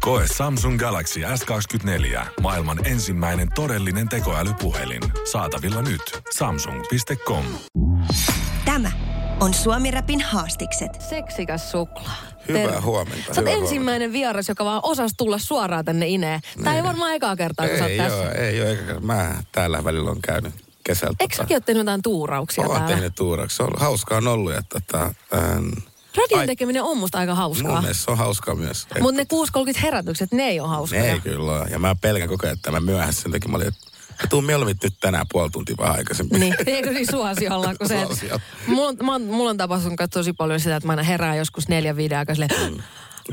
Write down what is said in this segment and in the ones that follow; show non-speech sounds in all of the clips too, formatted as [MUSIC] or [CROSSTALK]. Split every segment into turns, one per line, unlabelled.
Koe Samsung Galaxy S24. Maailman ensimmäinen todellinen tekoälypuhelin. Saatavilla nyt. Samsung.com.
Tämä on Suomi Rapin haastikset.
Seksikäs suklaa.
Hyvää
Terve.
huomenta,
Sä oot
hyvää
ensimmäinen vieras, joka vaan osasi tulla suoraan tänne ineen. Tää ei varmaan ekaa kertaa, kun sä oot
Niin. Ei
tässä.
joo, ei joo. eikä- Mä täällä välillä on käynyt kesällä.
Eikö säkin ole tehnyt jotain tuurauksia
Olen
täällä?
tehnyt tuuraksi. Se on hauskaa on ollut. Että, tota, ähm,
Radion
ai-
tekeminen on musta aika
Mun
hauskaa.
mielestä se on hauskaa myös. Et-
Mutta ne 6.30 herätykset, ne ei ole hauskaa.
Ei kyllä ole. Ja mä pelkän koko ajan, että mä myöhässä sen takia. Mä olin, että mä tuun mieluummin nyt tänään puoli tuntia vähän aikaisemmin.
Niin, [LAUGHS] eikö niin suosiolla, kun se... et-
Suosiolla.
Mulla on, mä oon- mulla on tapahtunut kanssa tosi paljon sitä, että mä aina herään joskus neljä viiden aikaa silleen,
[LAUGHS] Mm.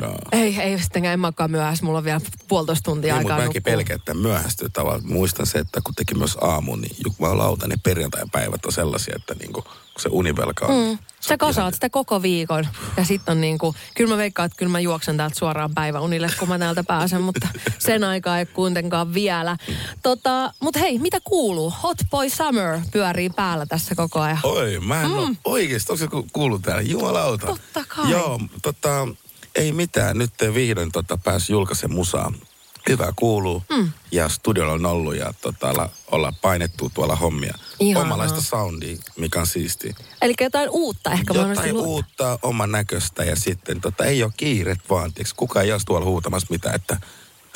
Joo.
ei, ei sittenkään, en makaa myöhässä, mulla on vielä puolitoista tuntia
Niin, mutta
aikaa
mäkin
nukkua."
pelkään, että mähästyy tavallaan. Muistan se, että kun teki myös aamu, niin jumalauta, ne perjantai-päivät on sellaisia, että niinku, kun se univelka on. Mm.
Sä kasaat sitä koko viikon ja sitten on niin kuin, kyllä mä veikkaan, että kyllä mä juoksen täältä suoraan päiväunille, kun mä täältä pääsen, mutta sen aikaa ei kuitenkaan vielä. Tota, mutta hei, mitä kuuluu? Hot Boy Summer pyörii päällä tässä koko ajan.
Oi, mä en mm. ole oikeasti, onko se ku- kuullut täällä? Jumalauta.
Totta kai.
Joo, tota, ei mitään. Nyt vihdoin tota, pääsi julkaisen musaa. Hyvä kuuluu. Mm. Ja studiolla on ollut ja tota, olla, olla painettu tuolla hommia.
Ihanaa.
Omanlaista soundia, mikä on siistiä.
Eli jotain uutta ehkä mahdollisesti
Jotain
lu-
uutta, oman näköistä ja sitten tota, ei ole kiiret vaan. Tiiäks, kukaan ei ole tuolla huutamassa mitään, että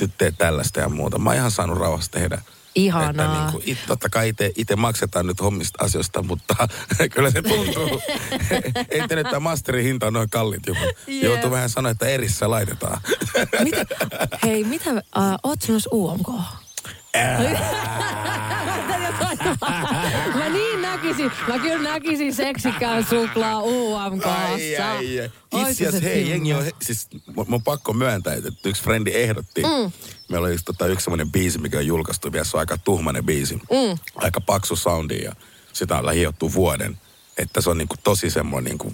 nyt teet tällaista ja muuta. Mä oon ihan saanut rauhassa tehdä.
Ihanaa.
Että niin kuin, it, totta kai itse maksetaan nyt hommista asioista, mutta [LAUGHS] kyllä se
[LAUGHS]
tuntuu. Ei te nyt tämä masterin hinta on noin kallit joku.
Jep.
Joutuu vähän sanoa, että erissä laitetaan. [LAUGHS]
Mitä, hei, mitä,
äh,
uh, oot sä myös UMK? mä niin näkisin, mä kyllä näkisin seksikään suklaa
Ai,
UMKssa.
ai, ai.
Oi,
Itse asiassa,
se
hei, jengi
timma.
on, he- siis mun, mun on pakko myöntää, että yksi frendi ehdotti. Mm. Meillä oli yksi, tota, yksi semmoinen biisi, mikä on julkaistu vielä, se on aika tuhmainen biisi. Mm. Aika paksu soundi ja sitä on hiottu vuoden. Että se on niinku tosi semmoinen niinku,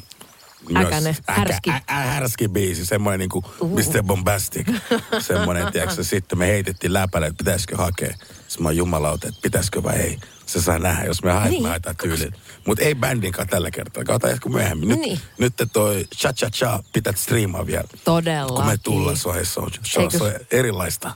myös
Äkäinen, härski.
Ä, ä, härski biisi, semmoinen niinku Mr. Bombastic. semmoinen, tiedätkö, sitten me heitettiin läpälle, että pitäisikö hakea. Sitten mä oon jumalauta, että pitäisikö vai ei. Se saa nähdä, jos me haetaan,
Niin.
niin. me haetaan tyyliin. Mutta ei bändinkaan tällä kertaa, katsotaan ehkä myöhemmin. Nyt,
Niin.
niin. nyt toi cha cha cha pitää striimaa vielä.
Todellakin.
Kun me tullaan, se on, se on, se on,
Eikö-
se on erilaista.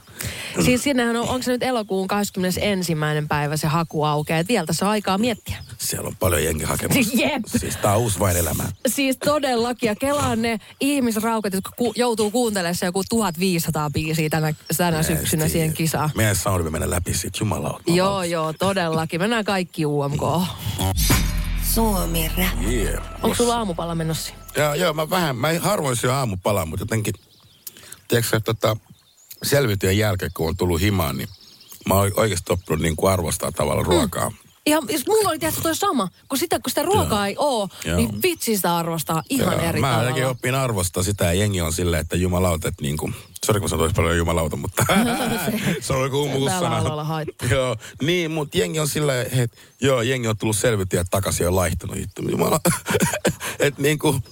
Siis siinähän on, onko se nyt elokuun 21. päivä se haku aukeaa, että vielä tässä on aikaa miettiä.
Siellä on paljon jengi hakemassa.
[LAUGHS] Jep.
Siis tää on uusi vain elämää.
Siis todellakin, ja kelaan ne ihmisraukat, jotka ku, joutuu kuuntelemaan se joku 1500 biisiä tänä, tänä syksynä
Esti.
siihen kisaan.
Meidän soundi mennä läpi siitä, jumalauta.
Joo, joo, todellakin. Mennään kaikki UMK. Onko
Suomi Rap.
Yeah.
sulla aamupala menossa?
Joo, joo, mä vähän, mä harvoin syön aamupalaa, mutta jotenkin, tiedätkö, että tota, selvityön jälkeen, kun on tullut himaan, niin mä oon oikeasti oppinut niin kuin arvostaa
Mm.
tavallaan ruokaa.
Ihan, jos mulla oli tietysti toi sama, kun sitä, kun sitä ruokaa ei oo,
Joo.
niin vitsi sitä arvostaa ihan
Joo,
eri
mä ainakin
tavalla.
oppin arvostaa sitä ja jengi on silleen, että jumalauta, että niin kuin, sori kun sanoin paljon jumalauta, mutta
[LAUGHS]
se on joku
Tällä
umuussana.
alalla haittaa.
Joo, niin, mutta jengi on silleen, että joo, jengi on tullut selvittiä takaisin ja laihtunut hitto. Jumala, [LAUGHS] että niin kuin,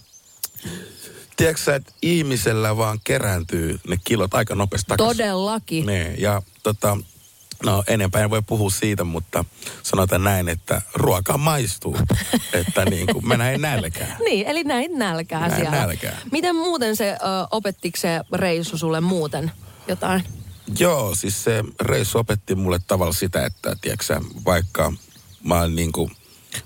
tiedätkö sä, että ihmisellä vaan kerääntyy ne kilot aika nopeasti takaisin.
Todellakin.
Niin, ja tota, no enempää en voi puhua siitä, mutta sanotaan näin, että ruoka maistuu. että niin kuin, mä näin nälkään.
Niin, eli näin nälkää
Näin
siellä.
nälkää.
Miten muuten se, ö, opettiko se reissu sulle muuten jotain?
Joo, siis se reissu opetti mulle tavalla sitä, että tiedätkö, sä, vaikka mä oon niin kuin,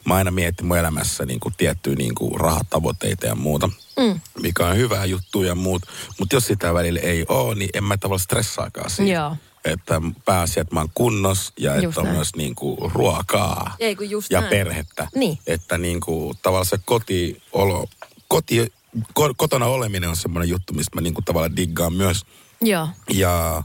mä aina mietin mun elämässä niin kuin tiettyjä niin kuin rahatavoitteita ja muuta, mm. mikä on hyvää juttu ja muut. Mutta jos sitä välillä ei ole, niin en mä tavallaan stressaakaan siitä.
Joo.
Että pääasia, että mä oon kunnos ja Just
Just
että on
näin.
myös niin kuin ruokaa
Ei, kun just
ja
näin.
perhettä.
Niin.
Että niin kuin, tavallaan se kotiolo, koti, ko, kotona oleminen on semmoinen juttu, mistä mä niin kuin tavallaan diggaan myös.
Joo.
Ja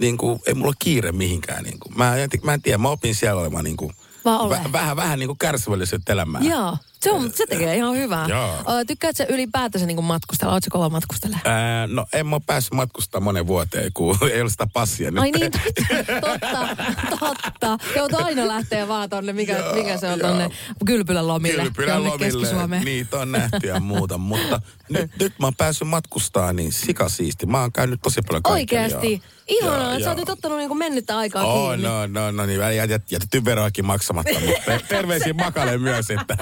niin kuin, ei mulla ole kiire mihinkään. Niin kuin. Mä, en, mä en tiedä, mä opin siellä olemaan niin kuin,
Vaan ole.
vähän, vähän niin kuin niinku kärsivällisyyttä elämää.
Joo. Se, on, se tekee ihan hyvää.
Joo.
Ö, tykkäätkö sä ylipäätänsä niin matkustella? Oletko kova matkustelee?
Ää, no en mä oo päässyt matkustamaan monen vuoteen, kun [LAUGHS] ei ole sitä passia nyt.
Ai niin,
[LAUGHS]
totta, totta. Joutuu aina lähteä vaan tonne, mikä,
Joo,
mikä se on
joo.
tonne kylpylän lomille.
Kylpylän
jonne
lomille. Niin,
Keski-Suomeen.
Niitä on nähty ja muuta, [LAUGHS] mutta nyt, nyt mä oon päässyt matkustamaan niin sikasiisti. Mä oon käynyt tosi paljon kaikkea.
Oikeasti. Ihanaa, sä oot nyt ottanut niinku mennyttä aikaa
Oh,
kiinni.
no, no, no niin, jä- jä- jät- jätetty veroakin maksamatta,
[LAUGHS]
mutta terveisiä Makalle myös, että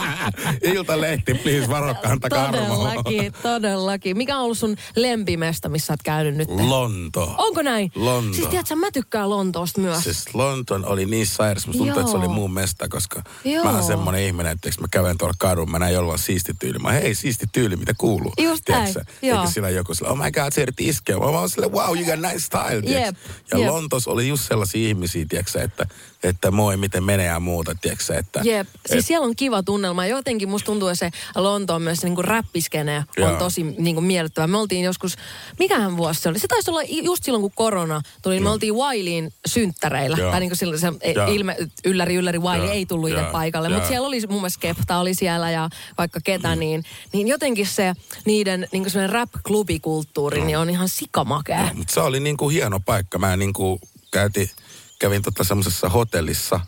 [LAUGHS] iltalehti, please, varokkaan antakaa armoa.
Todellakin, todellakin. Mikä on ollut sun lempimesta, missä oot käynyt nyt?
Lonto.
Onko näin?
Lonto.
Siis tiedätkö, mä tykkään Lontoosta myös.
Siis Lonton oli niin sairas, musta tuntuu, että se oli
Joo.
muun mesta, koska
Joo.
mä oon semmonen ihminen, että jos mä kävelen tuolla kadun, mä näen jollain siisti tyyli. Mä, hei, siisti tyyli, mitä kuuluu?
Just näin,
Tiedätkö?
joo.
Eikä sillä joku sillä, oh my god, se yritti iskeä. Mä oon sillä, wow, you got nice style, tiedätkö?
Jep,
Ja
jep.
Lontos oli just sellaisia ihmisiä, tiedätkö, että, että moi, miten menee ja muuta, tiedätkö, että...
Jep, siis siellä on kiva tunnelma. ja Jotenkin musta tuntuu, että se Lontoon myös se niinku räppiskene on
Joo.
tosi niinku miellyttävä. Me oltiin joskus, mikähän vuosi se oli? Se taisi olla i- just silloin, kun korona tuli. niin Me oltiin Wailiin synttäreillä.
Joo.
Tai niinku silloin se e,
Joo.
ilme, ylläri, ylläri, Waili
Joo.
ei tullut itse
Joo.
paikalle.
Joo. Mm.
Mutta siellä oli mun mielestä Skepta oli siellä ja vaikka ketä, niin, niin jotenkin se niiden niinku semmoinen rap-klubikulttuuri niin on ihan sikamakea.
Mutta se oli niinku hieno paikka. Mä niinku käytin, kävin tota semmoisessa hotellissa,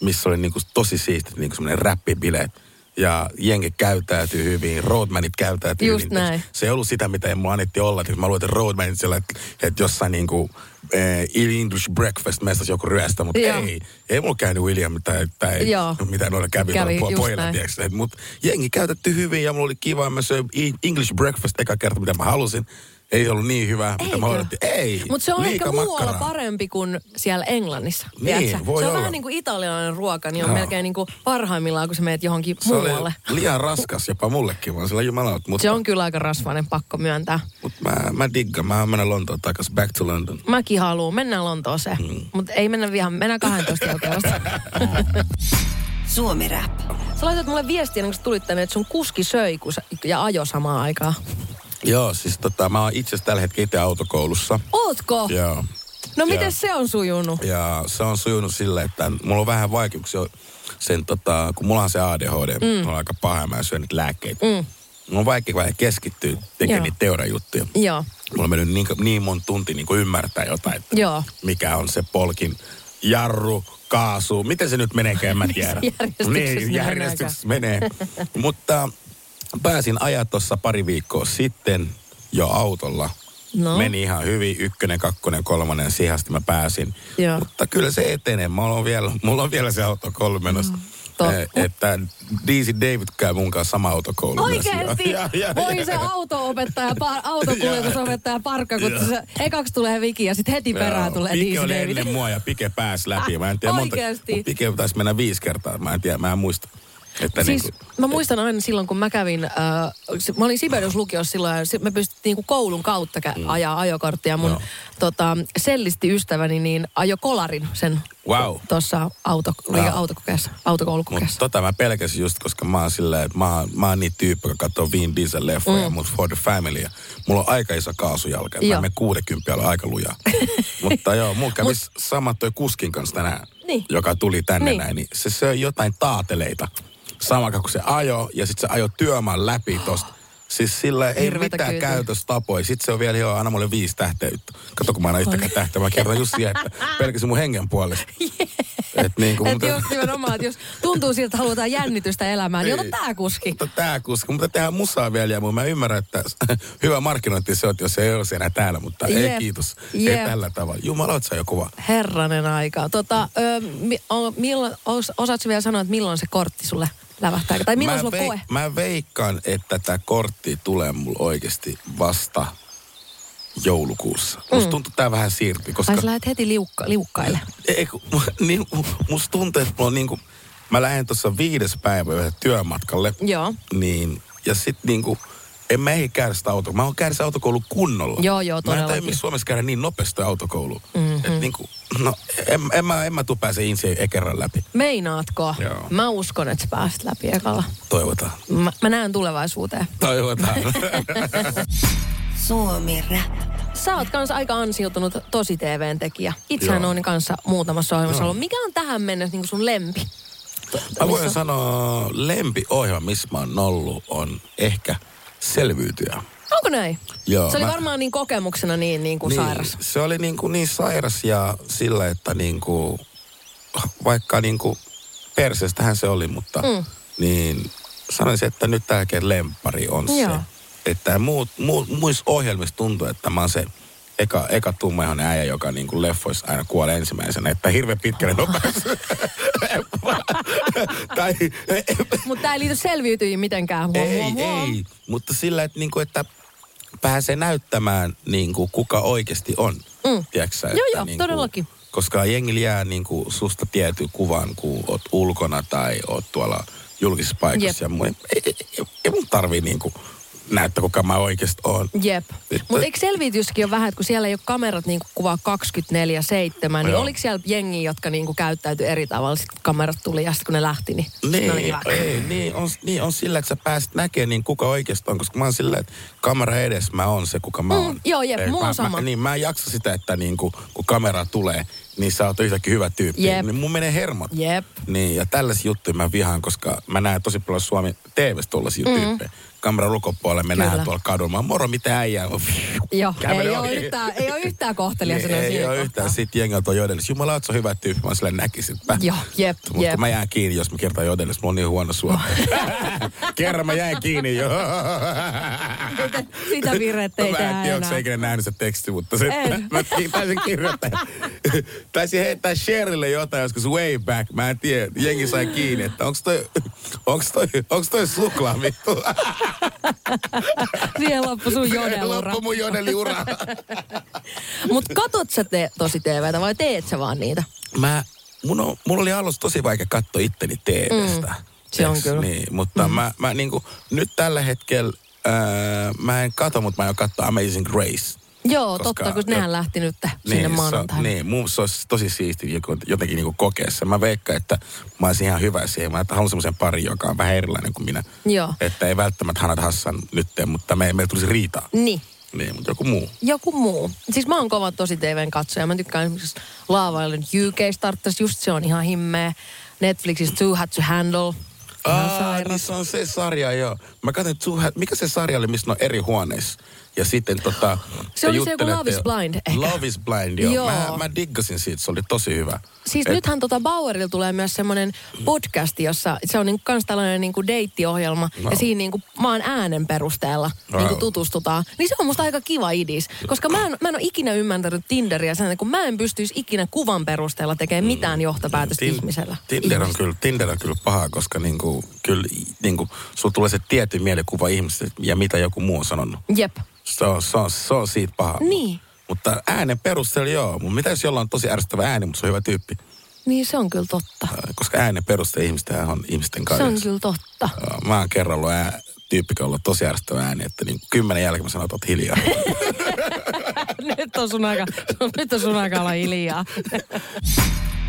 missä oli niinku tosi siisti niinku semmoinen räppibileet. Ja jengi käyttäytyy hyvin, roadmanit käyttäytyy
Just
hyvin.
näin.
Se ei ollut sitä, mitä ei mua annettiin olla. että Mä luin, että roadmanit siellä, että, että jossain niinku eh, English breakfast mestassa joku ryöstä, mutta
Joo.
ei. Ei mulla käynyt William tai, tai
Joo.
mitä noilla kävi,
Kävi,
kävi
just
pojilla,
näin.
tiedätkö. Mutta jengi käytetty hyvin ja mulla oli kiva. Mä söin i- English breakfast eka kerta, mitä mä halusin. Ei ollut niin hyvää, mitä mä
Eikö?
odotin. Ei,
Mutta se on
Niin. liika
ehkä muualla
makkaraa.
parempi kuin siellä Englannissa.
Niin,
tiedätkö?
voi
se on
olla.
vähän niin kuin italialainen ruoka, niin on
Joo.
melkein niin kuin parhaimmillaan, kun sä meet johonkin
Se oli
muualle.
liian raskas jopa mullekin, vaan sillä jumalaut. Mutta
Se on kyllä aika rasvainen, pakko myöntää.
mut mä, mä diggaan, mä menen Lontoon takas, back to London.
Mäkin haluan, mennään Lontooseen. Mm. Mutta ei mennä vielä, mennään 12 jälkeen
[LAUGHS]
vasta.
Suomi Rap.
Sä laitat mulle viestiä, niin kun sä tulit tänne, että sun kuski söi kun sä, ja ajo samaan aikaan.
Joo, siis tota, mä oon itse asiassa tällä hetkellä itse autokoulussa.
Ootko?
Joo.
No
Joo.
miten se on sujunut?
Ja se on sujunut silleen, että mulla on vähän vaikeuksia sen, tota, kun mulla on se ADHD, mm. mulla on aika paha, mä syön niitä lääkkeitä. Mm. Mulla on vaikea vähän keskittyä
Joo.
tekemään niitä teoriajuttuja.
Joo.
Mulla on mennyt niin, niin monta tuntia niin kuin ymmärtää jotain, että
Joo.
mikä on se polkin jarru, kaasu, miten se nyt meneekään, en mä tiedä.
järjestyksessä
niin,
menee
järjestyksessä menee. Mutta pääsin ajaa tuossa pari viikkoa sitten jo autolla.
No.
Meni ihan hyvin, ykkönen, kakkonen, kolmonen, siihen asti mä pääsin.
Joo.
Mutta kyllä se etenee, mulla on vielä, mulla on vielä se autokoulu menossa.
Mm, totta.
Eh, Että Diisi David käy mun kanssa sama autokoulu. myös.
Oikeesti?
[LAUGHS] Ja- ja-
Voi
ja-
se auto-opettaja, par, autokuljetusopettaja parkka, kun
Joo.
se, ekaksi tulee viki ja sitten heti perään
Joo,
tulee
Pike oli
Disney.
ennen mua ja Pike pääsi läpi. Mä en tiedä monta,
Oikeesti?
mut Pike taisi mennä viisi kertaa. Mä en tiedä, mä en muista. Että
Siis
niin kuin,
mä muistan aina silloin, kun mä kävin, äh, se- mä olin Sibelius lukiossa silloin, ja sit me pystyttiin niinku koulun kautta kä- ajaa ajokorttia. Mun
Mm. Joo.
tota, sellisti ystäväni niin ajo kolarin sen
Wow.
tuossa auto,
Wow.
autokokeessa,
mutta
autokoulukokeessa.
tota mä pelkäsin just, koska mä oon sillä, että mä, oon- mä oon niitä tyyppejä, joka katsoo Vin Diesel-leffoja, mm. mutta For the Family. ja Mulla on aika iso kaasujalka. Mä
Joo.
menen 60 alla aika
[LAUGHS]
lujaa. mutta joo, mulla kävi sama toi kuskin kanssa tänään,
Niin.
joka tuli tänne
Niin.
näin. Niin se söi jotain taateleita. Sama aikaan, kun se ajo, ja sitten se ajo työmaan läpi tosta. Siis sillä ei
Hirveetä
mitään
kyytiä.
käytä. käytöstapoja. Sitten se on vielä, joo, anna mulle viisi tähteyttä. Kato, kun mä annan yhtäkään tähteä. Mä kerron just siihen, että pelkäsin mun hengen
[LAUGHS]
puolesta. Et niin kuin,
Et just nimenomaan, että jos tuntuu siltä, että halutaan jännitystä elämään, niin ota tää kuski.
Mutta tää kuski, mutta tehdään musaa vielä ja muu. Mä ymmärrän, että [LAUGHS] hyvä markkinointi se on, jos ei ole enää täällä, mutta
Jep.
ei kiitos.
Jep.
Ei tällä tavalla. Jumala, oot sä jo kova.
Herranen aika. Tota, ö, mi, o, milloin, os, osaatko vielä sanoa, että milloin se kortti sulle lävähtää? Tai milloin
mä,
sulla on koe?
mä veikkaan, että tämä kortti tulee mulla oikeasti vasta joulukuussa. Mm. Musta tuntuu, että tää vähän siirtyi, koska...
Ai sä lähdet heti liukka, liukkaille.
Ei, kun, [LAUGHS] niin, musta tuntuu, että mulla on niinku, mä lähden tuossa viides päivä yhdelle työmatkalle.
Joo.
Niin, ja sit niinku, en mä ei käydä sitä autokoulua. Mä oon käydä sitä autokoulua kunnolla.
Joo, joo,
Mä en tiedä,
todellakin. Mhm.
miksi Suomessa käydä niin nopeasti autokoulua. Mm-hmm. Et niinku, no, en, en, mä, en mä tuu pääse insiin ekerran läpi.
Meinaatko?
Joo.
Mä uskon, että sä pääset läpi ekalla.
Toivotaan.
Mä, mä näen tulevaisuuteen. [LAUGHS]
Toivotaan.
Suomi Rap.
Sä oot kans aika ansiutunut tosi TVn tekijä. Itsehän
Joo.
on kanssa muutamassa ohjelmassa ollut. Mikä on tähän mennessä niin sun niinku lempi?
Mä voin
missä-
sanoa, lempiohjelma, missä mä oon ollut, on ehkä selviytyjä.
Onko näin?
Joo,
se oli
mä-
varmaan niin kokemuksena niin, niin kuin niin. sairas.
Se oli niin, kuin niin sairas ja sillä, että niin kuin, vaikka niin kuin persestähän se oli, mutta mm. niin sanoisin, että nyt tärkein lempari on
Joo.
se. Että muut, mu, muissa ohjelmissa tuntuu, että mä oon se eka, eka tummaihoinen äijä, joka niin kuin leffoissa aina kuolee ensimmäisenä. Että hirveän pitkälle en oo
[LAUGHS]
päässyt. [LAUGHS] tai
Mutta tämä ei liity selviytyjiin mitenkään. Huom,
ei,
huom, huom.
ei, mutta sillä, että, niinku, että pääsee näyttämään, niinku, kuka oikeasti on. Mm. Tiedätkö,
Joo, joo, todellakin.
Koska jengi jää niinku, susta tietyn kuvan, kun oot ulkona tai oot tuolla julkisessa
Jep.
paikassa. Ja mun, ei, ei, ei, ei mun tarvii niinku, näyttää, kuka mä oikeasti oon.
Jep.
Että-
Mutta eikö selviytyskin ole vähän, että kun siellä ei ole kamerat niin kuvaa 24-7, niin
Joo.
oliko siellä jengi, jotka niin kuin käyttäytyi eri tavalla, sit kun kamerat tuli ja sitten kun ne lähti, niin sit ne oli
Niin,
kiva.
ei, niin, on, niin, on sillä, että sä pääset näkemään, niin kuka oikeasti on, koska mä oon sillä, että kamera edes mä oon se, kuka mä
Mm,
oon.
joo, jep,
Ei,
mulla on
mä,
sama.
Mä, niin, mä en jaksa sitä, että niin, kun, kun kamera tulee, niin sä oot yhtäkkiä hyvä tyyppi.
Jep.
Niin mun menee hermot.
Jep.
Niin, ja tällaisia juttuja mä vihaan, koska mä näen tosi paljon Suomi TV-stä tuollaisia mm. tyyppejä. Kameran ulkopuolella me
Kyllä.
nähdään tuolla kadulla. Mä oon, moro, mitä äijää.
Joo,
Kävele
ei ole
ohi.
yhtään, ei ole yhtään kohtelia
Niin, ei ole yhtään. Sitten jengi on tuo jodellis. Jumala, oot sä hyvä tyyppi. Mä oon silleen näkisinpä.
Joo, jep,
Mutta
jep.
kun mä jään kiinni, jos mä kertaan jodellis, mulla on niin huono
[LAUGHS]
suomi. Kerran mä jäin kiinni jo. No
Sitä virrettä ei
mä en
tehdä
tiedä, onko
enää.
se ikinä nähnyt se teksti, mutta se,
En.
[LAUGHS] mä taisin kirjoittaa. taisin heittää Sherille jotain joskus way back. Mä en tiedä, jengi sai kiinni, että onks toi, onks toi, onks toi suklaa vittu.
Siihen loppu
[LAUGHS]
sun jodelura.
Loppu mun jodeliura.
Mutta katot sä te, tosi TVtä vai teet sä vaan niitä?
mä, mun, on, mun oli alussa tosi vaikea katsoa itteni TVstä. Mm.
se on kyllä.
Niin, mutta mm. mä, mä niinku, nyt tällä hetkellä, ää, mä en katso, mutta mä jo katsoa Amazing Grace.
Joo,
Koska-
totta, kun nehän lähti nyt sinne
se,
maanantaina.
niin, mun, se olisi tosi siisti joku- jotenkin niinku kokea se. Mä veikkaan, että mä olisin ihan hyvä siihen. Mä haluan semmoisen pari, joka on vähän erilainen kuin minä.
Joo.
Että ei välttämättä Hanat Hassan nyt, mutta me, meillä tulisi riitaa.
Niin.
Niin, mutta joku muu.
joku muu. Siis mä oon kova tosi TVn katsoja. Mä tykkään esimerkiksi Laavailun UK Starters, just se on ihan himmeä. Netflixistä Too Hot to Handle. Ihan
Aa,
sairas.
niin se on se sarja, joo. Mä katsoin, Two Hat- mikä se sarja oli, missä ne on eri huoneissa. Ja sitten tota...
Se oli se joku
juttelette-
Love is Blind ehkä.
Love is Blind, joo.
Joo.
joo. Mä, mä diggasin siitä, se oli tosi hyvä.
Siis
Et-
nythän tota Bauerilla tulee myös semmoinen podcast, jossa se on niinku kans tällainen niinku deittiohjelma.
Wow.
Ja siinä niinku maan äänen perusteella niinku
Wow.
tutustutaan. Niin se on musta aika kiva idis. Koska mä en, mä en ole ikinä ymmärtänyt Tinderia sen, kun mä en pystyisi ikinä kuvan perusteella tekemään mitään johtopäätöstä
Mm. Tin-
ihmisellä.
Tinder on, kyllä, Tinder on kyllä paha, koska niinku, kyllä, niinku, sulla tulee se tietty mielikuva ihmisestä ja mitä joku muu on sanonut.
Jep.
Se on, se on, se on siitä paha.
Niin.
Mutta äänen perusteella joo. Mutta mitä jos jollain on tosi ärsyttävä ääni, mutta se on hyvä tyyppi?
Niin se on kyllä totta.
Koska äänen perusteella ihmistä on ihmisten
Se
kanssa.
on kyllä totta. [LAUGHS]
Joo, Mä oon kerran ollut ää, tyyppi, joka on ollut tosi ärsyttävä ääni, että niin kymmenen jälkeen mä sanon, että
[LAUGHS]
oot hiljaa.
Nyt on sun aika, [LAUGHS] nyt on sun aika olla hiljaa.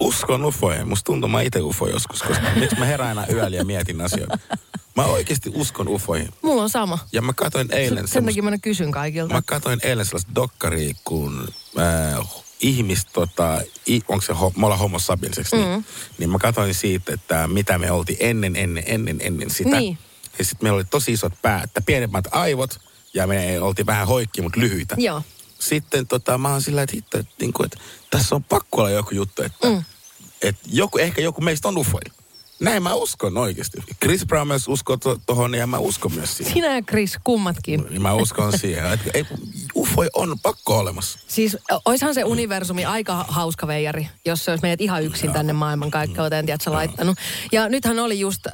Uskon ufoihin. Musta tuntuu, mä itse ufo
[LAUGHS]
joskus, koska miksi mä herään aina yöllä ja mietin asioita. Mä oikeasti uskon ufoihin.
Mulla on sama.
Ja mä katsoin eilen,
Sen, sen takia mä aina kysyn kaikilta.
mä katsoin eilen sellaista dokkaria, kun äh, ihmis, tota, i, onko se, ho, me ollaan homo sapienseksi, mm. niin, niin mä katsoin siitä, että mitä me oltiin ennen, ennen, ennen, ennen sitä.
Niin.
Ja sitten meillä oli tosi isot päät, että pienemmät aivot, ja me oltiin vähän hoikki, mutta lyhyitä.
Joo.
Sitten tota, mä oon sillä, että, hitto, että, niin kuin, että tässä on pakko olla joku juttu, että, mm. että joku, ehkä joku meistä on ufoja. Näin mä uskon oikeasti. Chris Brown myös uskoo to- tohon ja mä uskon myös siihen.
Sinä ja Chris, kummatkin.
Niin mä uskon siihen. Että ei, ufo on pakko olemassa.
Siis o- oishan se universumi aika hauska veijari, jos se olisi meidät ihan yksin tänne
Mm.
maailmankaikkeuteen, tiedätkö, laittanut. Ja nythän oli just, äh,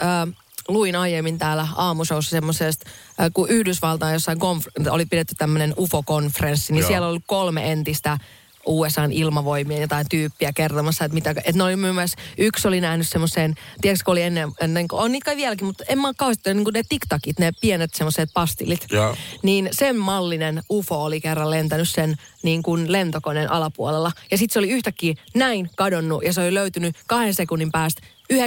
luin aiemmin täällä aamushowssa semmoisesta, äh, kun Yhdysvaltain jossain konf- oli pidetty tämmöinen UFO-konferenssi, niin
Joo.
siellä oli kolme entistä USAn ilmavoimien jotain tyyppiä kertomassa, että mitä, että ne oli myös, yksi oli nähnyt semmoisen, tiedätkö, kun oli ennen, ennen on niitä kai vieläkin, mutta en mä ole kauheasti, niin kuin ne tiktakit, ne pienet semmoiset pastilit,
Joo.
niin sen mallinen UFO oli kerran lentänyt sen niin kuin lentokoneen alapuolella. Ja sitten se oli yhtäkkiä näin kadonnut ja se oli löytynyt kahden sekunnin päästä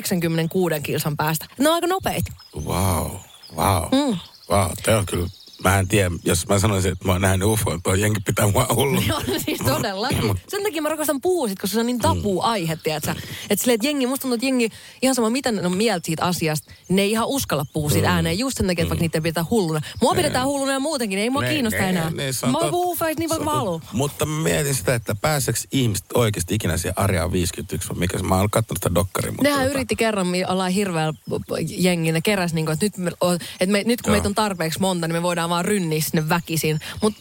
96 kilsan päästä. Ne on aika [LAUGHS] nopeita.
Wow, wow, mm. wow. Tämä on kyllä, mä en tiedä, jos mä sanoisin, että mä oon nähnyt ufoin, toi jengi pitää mua hullu. [LAUGHS]
No siis todella. Sen takia mä rakastan puhua sit, koska se on niin
Mm.
tabu aihe, tiedätkö? Että silleen, että jengi, musta tuntuu, että jengi, ihan sama mitä ne on mieltä siitä asiasta, ne ei ihan uskalla puhua siitä
Mm.
ääneen just sen takia, että vaikka niitä ei pidetä hulluna. Mua pidetään hulluna ja muutenkin, ei mua
Ne-
kiinnosta
ne-
enää.
ne- se on
Mä voin
totta.
puhua ufoista niin
Se on
vaikka mä
totta.
haluan.
Mutta mä mietin sitä, että pääseekö ihmiset oikeasti ikinä siihen Arjaan 51, vai mikä se, mä oon katsonut sitä dokkaria. mutta
Nehän
tota-
yritti kerran, me ollaan hirveällä jengi, ne keräs, niin kuin, että nyt, me, o- että me, nyt kun
Joo.
meitä on tarpeeksi monta, niin me voidaan vaan rynniä sinne väkisin. Mutta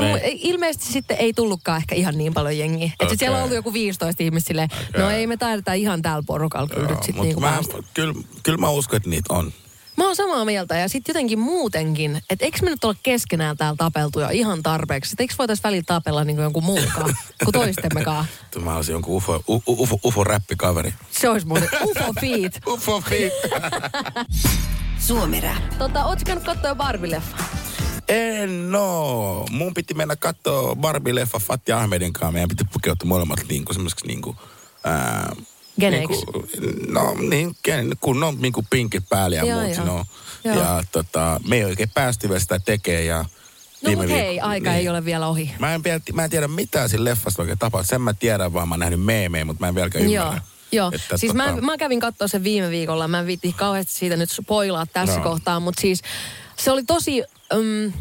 Ne.
ilmeisesti sitten ei tullutkaan ehkä ihan niin paljon jengiä. Että sit siellä on
Okei.
ollut joku 15 ihmistä silleen, no
Okei.
ei me taideta ihan täällä porukalla kyllä nyt sitten
Joo,
niin
mut
kuin
mä,
päästä.
kyllä, kyllä mä uskon, että niitä on.
Mä oon samaa mieltä ja sitten jotenkin muutenkin, että eikö me nyt olla keskenään täällä tapeltu jo ihan tarpeeksi? Et Eikö voitaisiin välillä tapella niin kuin jonkun
[LAUGHS]
muunkaan kuin toistemmekaan?
Että Mä olisin jonkun ufo, u, u, ufo,
[LAUGHS]
ufo räppikaveri.
Se olisi muuten ufo feet.
Ufo
Suomi Rap.
Tota, ootko käynyt katsoa jo Barbie-leffa?
En no. Mun piti mennä katsoa Barbie-leffa Fatih Ahmedin kanssa. Meidän piti pukeutua molemmat niinku semmoiseksi niinku... ää,
Geneiksi.
Niinku, no niin, gen, kun on niinku pinkit päällä ja
Joo,
muut.
joo.
No,
Joo.
ja tota, me ei oikein päästy vielä sitä tekemään ja...
No
viime
mut hei,
viikko-
aika
niin.
ei ole vielä ohi.
Mä en, vielä, mä en tiedä mitään siinä leffasta oikein tapahtuu. Sen mä tiedän vaan, mä oon nähnyt meemejä, mutta mä en vieläkään
Joo.
ymmärrä.
Joo,
Että
siis
tota-
mä, mä kävin katsoa sen viime viikolla, mä en viitti kauheasti siitä nyt spoilaa tässä
Joo.
kohtaa, mutta siis se oli tosi, um,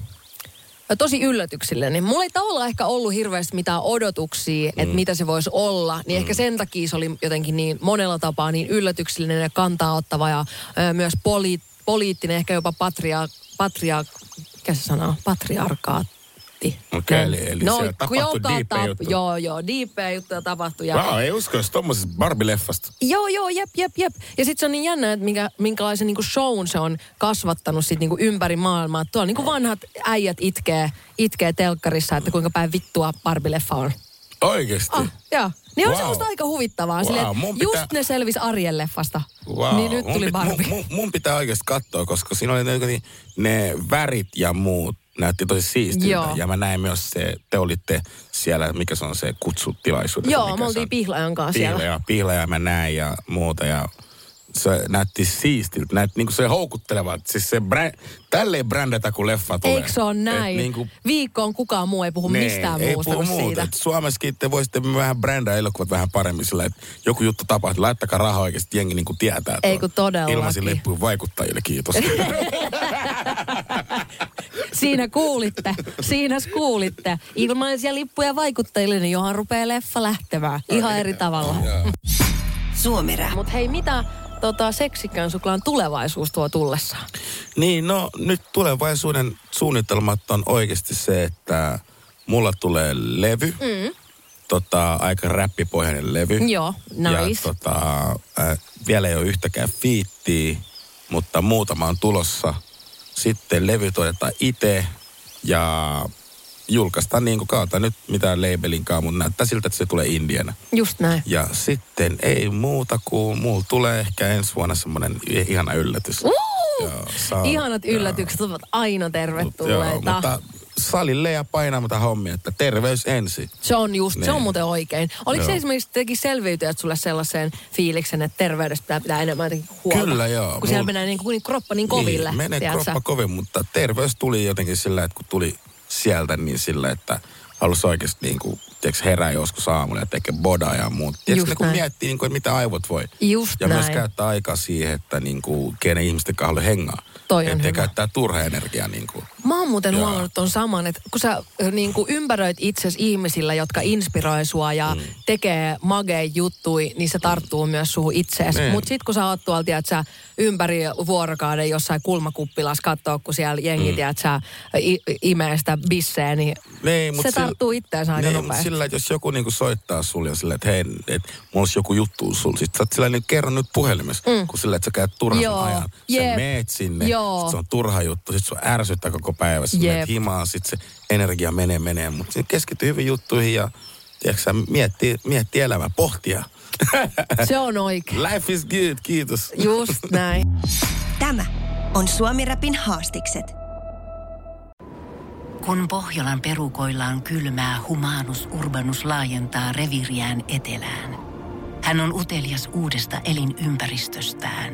tosi yllätyksellinen. Mulla ei tavallaan ehkä ollut hirveästi mitään odotuksia,
Mm.
että mitä se voisi olla, niin ehkä sen takia se oli jotenkin niin monella tapaa niin yllätyksellinen ja kantaa ottava ja ö, myös poli, poliittinen, ehkä jopa patria, patria, mikä se sana on, patriarkaatti. No,
Okei, eli- eli siellä
kun
tapahtui
joka
diippejä juttuja.
Joo, joo, diippejä juttuja tapahtui. Ja,
Mä ei usko, jos tommosesta Barbie-leffasta.
Joo, joo, jep, jep, jep. Ja sitten se on niin jännä, että minkä, minkälaisen niinku shown se on kasvattanut sit niinku ympäri maailmaa. Tuolla niinku vanhat äijät itkee, itkee telkkarissa, että kuinka päin vittua Barbie-leffa on.
Oikeesti?
Ah, joo. Niin on
Wow.
semmoista aika huvittavaa. Wow.
Wow,
Silleen, että
mun
just
pitää-
ne selvis arjen leffasta.
Wow.
Niin nyt
Mun
tuli
pit-
Barbie.
Mun, mun, mun pitää oikeasti katsoa, koska siinä oli ne, niin- ne värit ja muut näytti tosi siistiltä.
Joo.
Ja mä näin myös se, te olitte siellä, mikä se on se kutsutilaisuus.
[LAUGHS] Joo, me oltiin Pihlajan kanssa siellä.
Pihlaja, pihlaja mä näin ja muuta ja se näytti siistiltä, näytti niinku se houkutteleva, siis se brä, tälleen brändätä kun leffa tulee.
Eikö se ole näin?
Et niinku,
Viikkoon kukaan muu ei puhu
niin,
mistään
ei
muusta
puhu
kuin
muuta.
siitä.
Et Suomessakin te voisitte vähän brändää elokuvat vähän paremmin sillä, että joku juttu tapahtuu. Laittakaa rahaa oikeasti, jengi niin kuin tietää.
Ei
tuon.
kun todellakin.
Ilmaisen lippujen vaikuttajille,
[LAUGHS]
kiitos.
Siinä kuulitte, siinä kuulitte. Ilmaisia lippuja vaikuttajille, niin johan rupeaa leffa lähtemään. Ihan
niin.
eri tavalla.
Suomi Rap.
Mutta hei, mitä tota, seksikään suklaan tulevaisuus tuo tullessaan?
niin, no nyt tulevaisuuden suunnitelmat on oikeasti se, että mulla tulee levy. Mm. Tota, aika räppipohjainen levy.
Joo, nice.
Ja tota, äh, vielä ei ole yhtäkään fiittiä, mutta muutama on tulossa. Sitten levy todetaan itse ja julkaistaan niin kuin kautta nyt mitään labelinkaan, mutta näyttää siltä, että se tulee Indiana.
Just näin.
Ja sitten ei muuta kuin mulla tulee ehkä ensi vuonna semmoinen i- ihana yllätys.
Mm, Woo!
Joo, saa-
Ihanat
joo.
yllätykset ovat aina
Mut joo,
tervetulleita.
mutta salille ja painamatta hommia, että terveys ensin.
Se on just, niin. se on
Niin.
muuten oikein. Oliko se
Joo.
esimerkiksi teki selviytyjät sulle sellaiseen fiiliksen, että terveydestä pitää, pitää enemmän jotenkin huolta?
Kyllä, joo.
Kun siellä
Mul-
menee niin, kuin, niin kroppa niin koville.
Niin, menee
tiedätkö?
kroppa kovin, mutta terveys tuli jotenkin sillä, että kun tuli sieltä, niin sillä, että halusi oikeasti niin kuin, tiedätkö, herää joskus aamulla ja tekee bodaa ja muuta.
Just
Tiedätkö, niin kun
näin.
miettii, niin kuin, että mitä aivot voi.
Just
ja myös
näin.
käyttää aikaa siihen, että niin kuin, kenen ihmisten kanssa haluaa hengaa.
Toi on
Ettei
hyvä.
käyttää turhaa energiaa. Niin kuin.
Mä oon muuten
Joo.
huomannut ton saman, että kun sä ö, niin kuin ympäröit itses ihmisillä, jotka inspiroi sua ja mm. tekee magei juttui, niin se tarttuu mm. myös suhun itsees.
Niin.
Mut sit kun sä oot tuolta, että sä ympäri vuorokauden jossain kulmakuppilas katsoa, kun siellä jengi, mm. että sä i- imee sitä bisseä, niin
Niin,
se tarttuu itteensä aika
niin, mut
nopeasti.
sillä, että jos joku niinku soittaa sulle ja sillä, että hei, et, mulla olisi joku juttu sulle. Sitten sä oot sillä niin kerran nyt puhelimessa, mm. kun sillä, että sä käyt turhan
Joo,
sun ajan.
jep,
Sä meet sinne,
joo.
sit se on turha juttu, sit sua ärsyttää koko päivä. Sä
Jep.
meet himaan, sit se energia menee, menee. Mutta keskity hyvin juttuihin ja tiedätkö, miettiä, miettiä elämää, pohtia.
Se on oikein.
Life is good, kiitos.
Just näin.
Tämä on Suomi Rapin haastikset.
Kun Pohjolan perukoillaan kylmää, humanus urbanus laajentaa reviriään etelään. Hän on utelias uudesta elinympäristöstään.